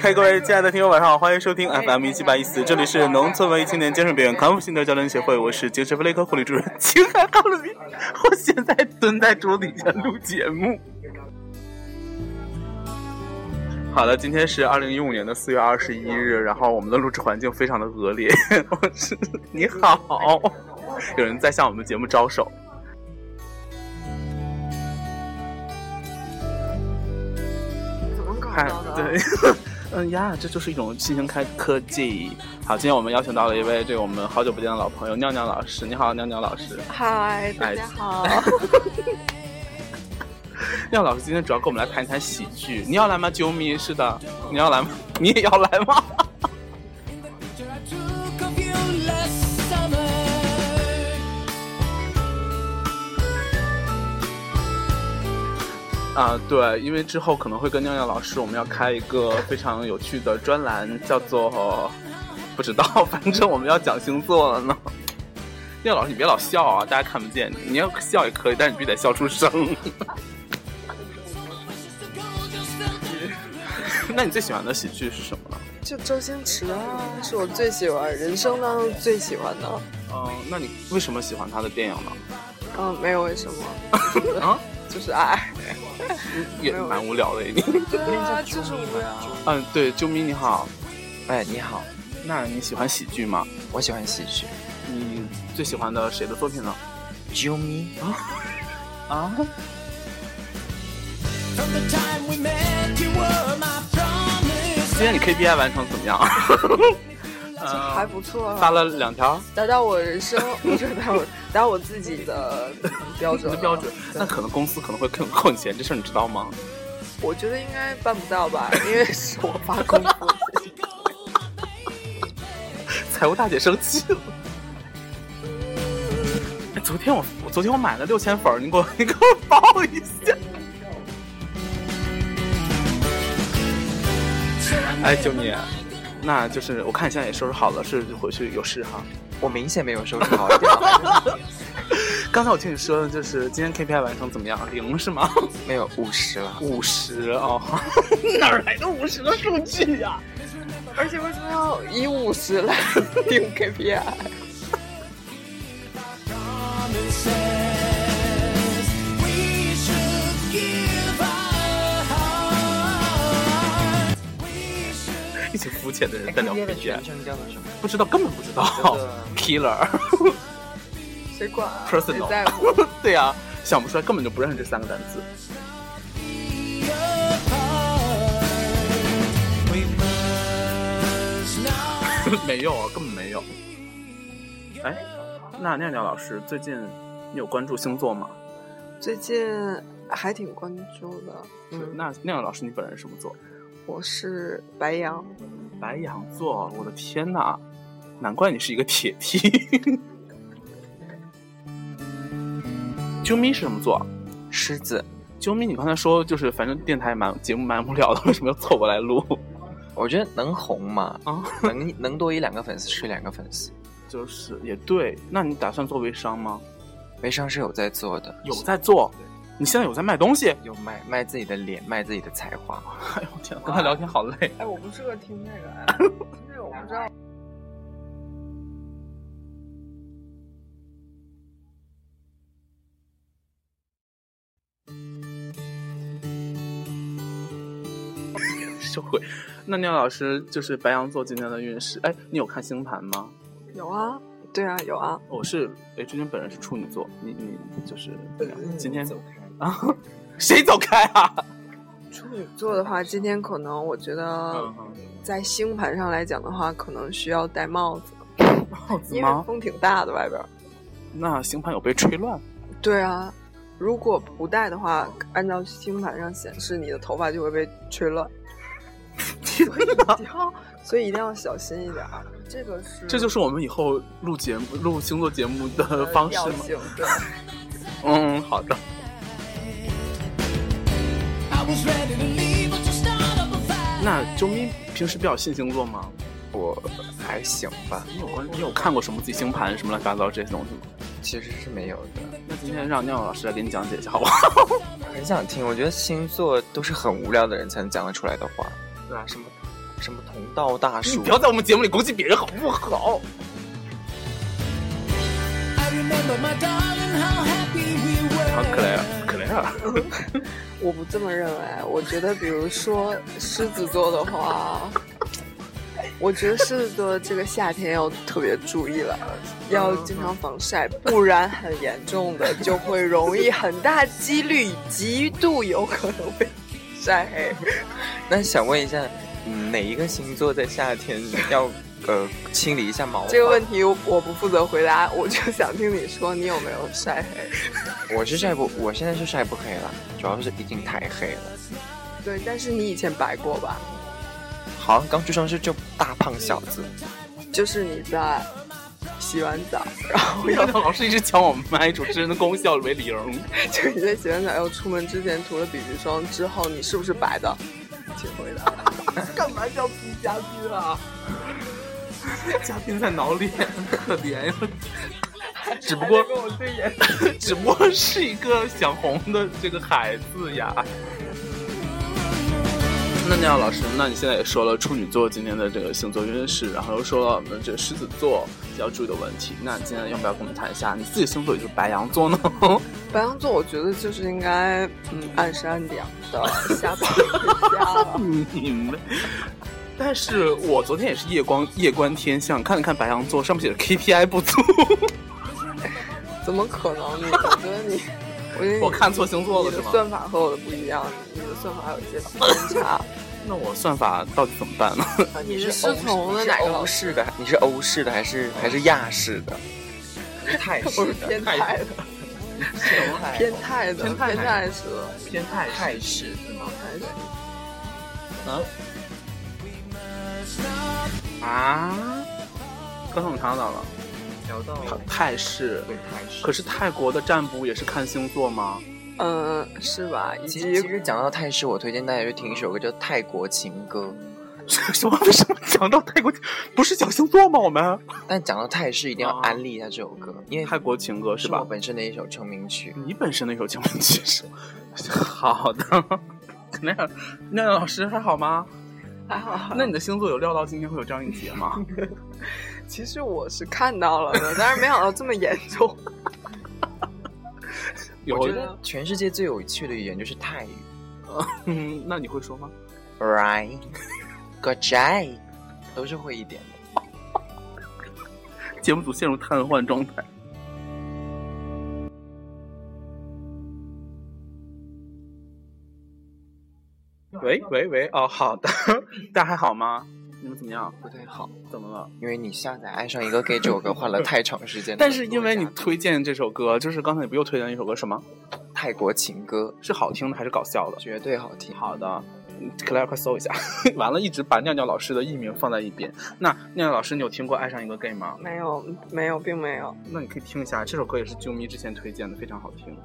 嗨， 各位亲爱的听友，晚上好，欢迎收听 FM 一七八一四，这里是农村文艺青年精神病院康复心得交流协会，我是精神分类科护理主任秦海哈鲁宾， 我现在蹲在桌底下录节目。好了，今天是二零一五年的四月二十一日，然后我们的录制环境非常的恶劣。 我是你好，有人在向我们节目招手。怎么搞嗨到，的？对， 嗯呀，这就是一种新型开科技。好，今天我们邀请到了一位这个我们好久不见的老朋友尿尿老师，你好，尿尿老师。嗨，大家好。廖老师今天主要跟我们来谈一谈喜剧，你要来吗？啾咪，是的，你要来吗？你也要来吗？ I took of you last summer. 啊，对，因为之后可能会跟尿尿老师，我们要开一个非常有趣的专栏，叫做不知道， 反正我们要讲星座了呢。尿老师，你别老笑啊，大家看不见你。你要笑也可以，但是你必须得笑出声。 那你最喜欢的喜剧是什么呢？就周星驰啊，是我最喜欢，人生当中最喜欢的。嗯、那你为什么喜欢他的电影呢？嗯，没有为什么，啊，就是爱。也没有蛮无聊的，你。对啊，就是无聊。 嗯，对，啾咪你好，哎，你好，那你喜欢喜剧吗？我喜欢喜剧。你最喜欢的谁的作品呢？啾咪， 啊， From the time we met, you were my promise. 今天你 KPI 完成怎么样？ 呃还不错发啊，了两条，达到我人生， 不是达到我达到我自己的标你准。的标准，那可能公司可能会更 扣你钱，这事儿你知道吗？我觉得应该办不到吧，因为是我发功夫。财务大姐生气了。 哎昨天我我昨天我买了六千粉儿，你给我你给我报一下。哎，九你，那就是我看你现在也收拾好了，是回去有事哈。我明显没有收拾好一点，刚才我听你说的就是今天 KPI 完成怎么样？零是吗？没有五十了。五十哦， 哪儿来的五十的数据呀、而且为什么要以五十来定 KPI？ Promises we should give our heart. We should 一群肤浅的人在哎聊 KPI，称叫做什么？不知道根本不知道叫做。 Killer 谁管啊？谁 personal，在乎？ 对呀、想不出来，根本就不认识这三个单词。 be apart. We must not. 没有啊，根本没有。哎，那亮亮老师最近你有关注星座吗？最近还挺关注的，嗯，那亮亮老师你本人什么座？我是白羊，白羊座，我的天呐，难怪你是一个铁梯。啾咪是什么座？啊狮子，啾咪，你刚才说就是反正电台蛮节目蛮无聊的，为什么要凑过来录我觉得能红嘛，啊？能 能多一两个粉丝是两个粉丝。就是也对，那你打算做微商吗？微商是有在做的，有在做，你现在有在卖东西？有卖卖自己的脸，卖自己的才华。哎呦我天，跟他聊天好累。哎，我不适合听这个， 哎听这个我不知道。 社会。那廖老师就是白羊座今天的运势，哎，你有看星盘吗？有啊，对啊，有啊，我是，哎，之前本人是处女座，你你就是呃怎么嗯样？今天开。啊， 谁走开啊？处女座的话，今天可能我觉嗯得在星盘上来讲的话，可能需要戴帽子，帽子因为吗？风挺大的外边儿。那星盘有被吹乱？对啊，如果不戴的话，按照星盘上显示，你的头发就会被吹 乱。所以一定要，所以一定要小心一点儿。啊这个是，这就是我们以后录节目、录星座节目的 方式呃调吗？性对。嗯，好的。 I was ready to leave, but you start up a fight. 那周咪平时比较信星座吗？我还行吧，你有关？你有看过什么自己星盘什么乱七八糟这些东西吗？其实是没有的。那今天让廖老师来给你讲解一下，好不好？很想听，我觉得星座都是很无聊的人才能讲得出来的话。对啊，什么什么同道大 你嗯叔不，要在我们节目里攻击别人好不好？ I remember my darling, how happy we were. 嗯好，克莱尔，克莱尔，我不这么认为，我觉得比如说狮子座的话，我觉得狮子座这个夏天要特别注意了，要经常防晒，不然很严重的就会容易很大几率极度有可能被晒黑。那想问一下，嗯哪一个星座在夏天要 呃清理一下毛发？这个问题我我不负责回答，我就想听你说你有没有晒黑。我是晒不，我现在是晒不黑了，主要是已经太黑了。对，但是你以前白过吧？好像刚出生时就大胖小子，就是你在洗完澡，然后要尿尿老师一直抢我们麦，主持人的功效为零。 就是你在洗完澡要出门之前涂了 BB 霜之后，你是不是白的？请回答。 干嘛叫逼嘉宾啊？嘉宾在挠脸，可怜呀。 只不过跟我对眼。只不过是一个想红的这个孩子呀。那那样老师，那你现在也说了处女座今天的这个星座运势，然后又说了我们这个狮子座要注意的问题。那今天要不要跟我们谈一下你自己星座，也就是白羊座呢？ 白羊座，我觉得就是应该嗯按时按点的下班回家了。你们。但是我昨天也是夜光夜观天象，看了看白羊座，上面写着 KPI 不足，怎么可能你？我觉得你，我觉得你我看错星座了是你的吗？算法和我的不一样，你的算法有一些偏差。 那我算法到底怎么办 呢？你是是从了哪个老欧师？式的？你是欧式的还是还是亚式 的？泰我式是的，偏态的，偏态的，偏偏态的态是吧偏态泰式偏态是啊！啊，刚才我们谈到哪了？聊到泰式，对泰式。可是泰国的占卜也是看星座吗？嗯，是吧？以其及实其实讲到泰式，我推荐大家去听一首歌叫《泰国情歌 什么？为什么讲到泰国不是讲星座吗？我们》，但讲到泰式一定要安利一下这首歌，因为泰国情歌是啊是嗯吧我？本身的一首成名曲。你本身那首情歌其实 好的。 那样，那样老师还好吗？还好。那你的星座有料到今天会有这样一节吗？其实我是看到了的， 但是没想到这么严重。 有我觉这样得全世界最有趣的语言就是泰语。嗯，那你会说吗？ Right, good day，都是会一点的。节目组陷入瘫痪状态。喂喂喂，哦，好的， 大家还好吗？你们怎么样？不太好，怎么了？因为你下载爱上一个 gay 这首歌花了太长时间。但是因为你多加推荐这首歌，就是刚才你不又推荐了一首歌什么？泰国情歌，是好听的还是搞笑的？绝对好听。好的。嗯克莱尔，快搜一下！ 完了，一直把尿尿老师的艺名放在一边。那尿尿老师，你有听过《爱上一个 gay》吗？没有，没有，并没有。那你可以听一下，这首歌也是啾咪之前推荐的，非常好听。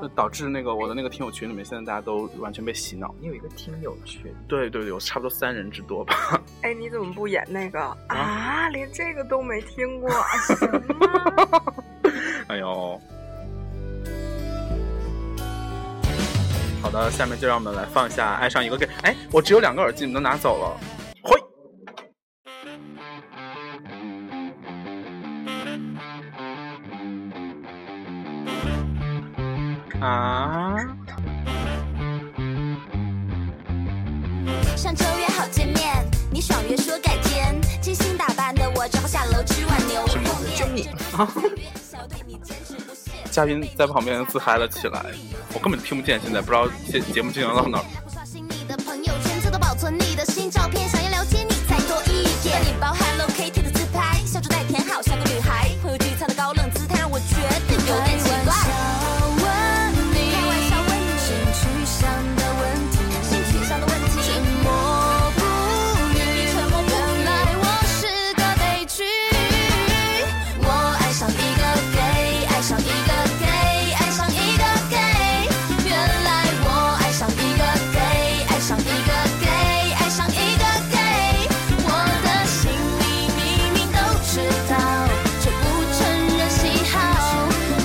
那导致那个我的那个听友群里面，现在大家都完全被洗脑。你有一个听友群，对对对，有差不多三人之多吧。 哎，你怎么不演那个啊？连这个都没听过，啊 行啊。哎呦，好的，下面就让我们来放一下《爱上一个 gay》。哎，我只有两个耳机，你们都拿走了。嘿，啊！上周约好见面，你爽约说改天，精心打扮的我只好下楼吃碗牛肉面。就你， 嘉宾在旁边自嗨了起来，我根本听不见，现在不知道这节目进行到哪儿。不刷新你的朋友圈，这都保存你的新照片。想要了解你，再多一点。你包含 Hello Kitty 的自拍，笑着带甜好，像个女孩，会有聚餐的高冷姿态，让我觉得有点奇怪。开玩笑问你性取向的问题，性取向的问题，沉默不语，你沉默不语。原来我是个悲剧，我爱上一个 gay，爱上一个 gay，爱上一个 gay。原来我爱上一个 gay，爱上一个 gay，爱上一个 gay。我的心里明明都知道，却不承认喜好。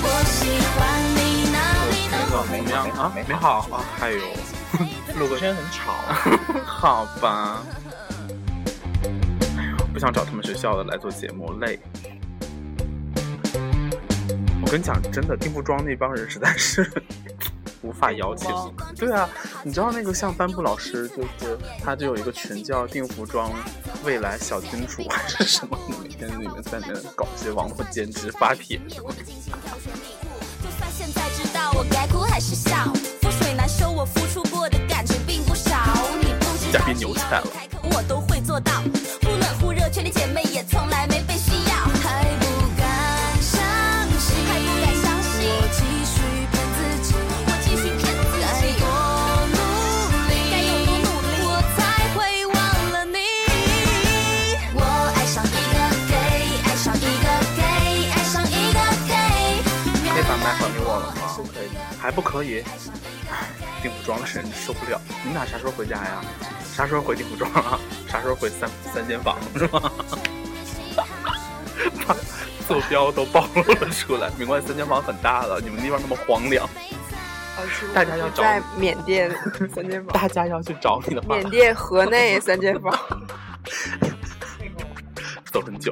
我喜欢你哪里都。怎么样啊？没 好啊！哎呦， 鲁国轩很吵。好吧。哎不想找他们学校的来做节目，累。我跟你讲，真的，定步庄那帮人实在是 无法邀请。对啊，你知道那个像班布老师，就是他就有一个群叫“定服装未来小君主”还是什么，每天里面在那搞一些网络兼职发帖什么的。就算现在知道我该哭还是笑，覆水难收，我付出过的感情并不少。你不知道，嘉宾牛菜了开口我都会做到，忽冷忽热，全体姐妹也从来没被需要。还不敢相信，还不敢相信，我继续骗自己，我继续骗自己，该多努力，该有多努力，我才会忘了你。我爱上一个 gay，爱上一个 gay，爱上一个 gay。可以把麦还给我了吗？不可以，还不可以。唉定服装的人受不了。你们俩啥时候回家呀？啥时候回定服装啊？ 啥时候回三三间房是吗？ 把坐标都暴露了出来。明白，三间房很大的，你们地方那么荒凉，啊其实大家要我找在缅 甸三间房，大家要去找你的话，缅甸河内三间房。走很久。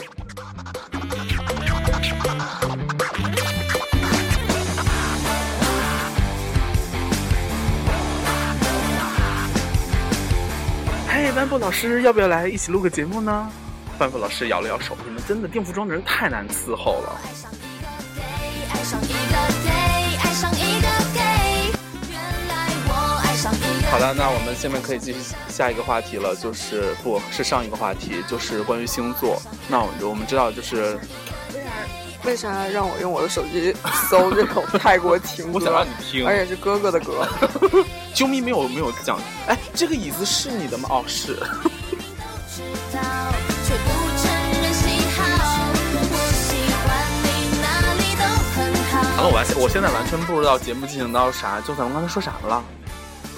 嘿，班布老师，要不要来一起录个节目呢？班布老师摇了摇手，你们真的定服装的人太难伺候了。爱上一个 gay，爱上一个 gay，爱上一个 gay。原来我爱上一个。好的，那我们下面可以继续下一个话题了，就是不是上一个话题，就是关于星座。那我们知道，就是 为啥让我用我的手机 搜这种泰国情我歌想？让你听，而且是哥哥的 歌，啾咪没有没有讲，哎，这个椅子是你的吗？哦，是。 知道，却不承认喜好。我喜欢你哪里都很完了，好。我完，我现在完全不知道节目进行到啥，就咱们刚才说啥了？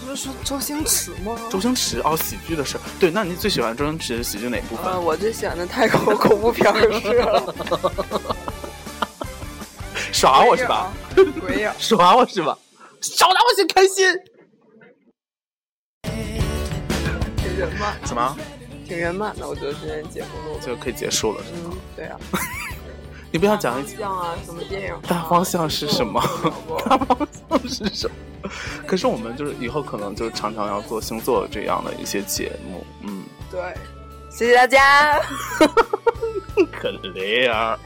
不是说周星驰吗？周星驰哦，喜剧的事儿。对，那你最喜欢周星驰的喜剧哪部分？呃，我最喜欢的泰国恐怖片儿是 耍我是吧？？没有，耍我是吧？少拿我先开心。挺圆满，什么？挺圆满的。我觉得今天节目录的，就可以结束了？嗯，对啊，你不要讲一方向啊，什么电影啊？大方向是什么都有 过？大方向是什么？可是我们就是以后可能就常常要做星座这样的一些节目，嗯，对，谢谢大家。可怜啊。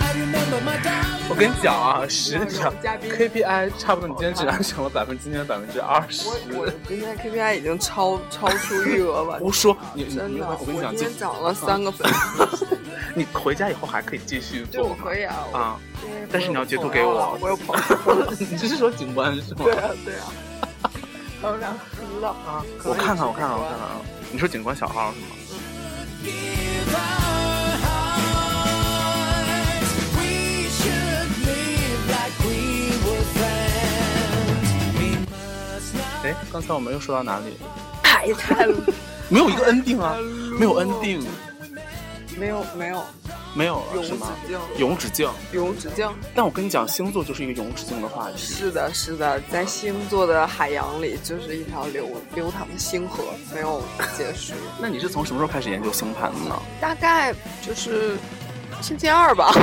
I remember my darling. 我跟你讲啊，十条嘉宾 KPI 差不多，你今天只完成了百分今天的百分之二十。我我今天 KPI 已经超超出余额了，胡说，你你真你的，我跟你讲，今天这涨了三个粉丝，你回家以后还可以继续对，做我吗可以啊，我啊！因为但是你要截图给我我有朋友了，你这是说警官是吗对？啊对啊，还有两个知道啊，我看看，我看看，我看看啊！你说警官小号是吗？ Give our hearts. We should live like we were friends. We must not. 哎，刚才我们又说到哪里？太太没有一 个 ending 啊，没有 ending，没有没有没有了永是吗？无止境永无止境。永无止境，但我跟你讲，星座就是一个永无止境的话题。是的是的，在星座的海洋里，就是一条流流淌的星河，没有结束，那你是从什么时候开始研究星盘的呢？大概就是星期二吧。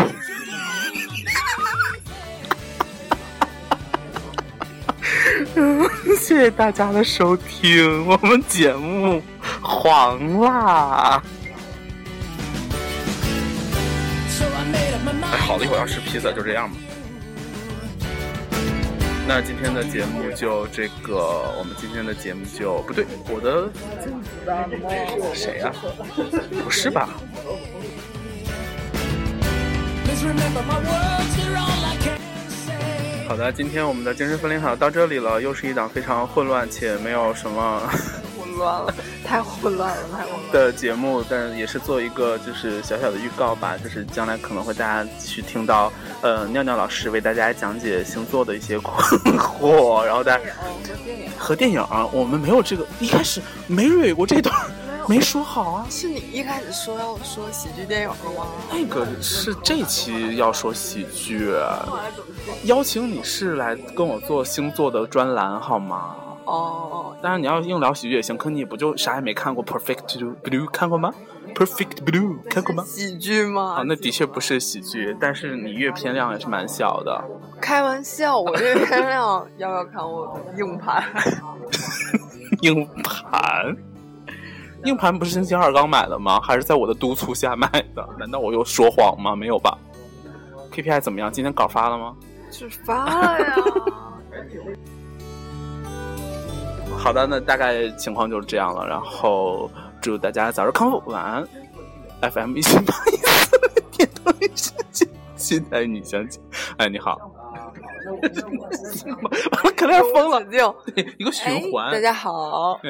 谢谢大家的收听，我们节目黄啦。 So I made up my 哎， mind. 好了，一会儿要吃披萨，就这样吧。那今天的节目就这个，我们今天的节目就不对，我的谁呀、不是吧？ Please remember my words, they're all I can say. 好的，今天我们的精神分裂场到这里了，又是一档非常混乱且没有什么 混乱了，太混乱了，太混乱了。的节目，但也是做一个就是小小的预告吧，就是将来可能会大家去听到，呃，尿尿老师为大家讲解星座的一些困惑，然后大家和电影儿，我们没有这个，一开始没蕊过这段儿，没说好啊。是你一开始说要说喜剧电影的吗？那个是这期要说喜啊剧，邀请你是来跟我做星座的专栏好吗？哦，当然你要硬聊喜剧也行，可你不就啥也没看过《Perfect Blue》看过吗？《Perfect Blue》看过吗？喜剧啊，吗？那的确不是喜剧，但是你阅片量也是蛮小的。开玩笑，我这个天亮要不要看我硬盘？ 硬盘，硬盘不是星期二刚买的吗？还是在我的督促下买的？难道我又说谎吗？没有吧？KPI 怎么样？今天稿发了吗？只发 了呀。好的，那大概情况就是这样了。然后祝大家早日康复，晚安。FM 一七八一四点 头一时间，期待你相见。哎，你好， 完了，可能要疯了，了， 一个哎循环。大家好。哎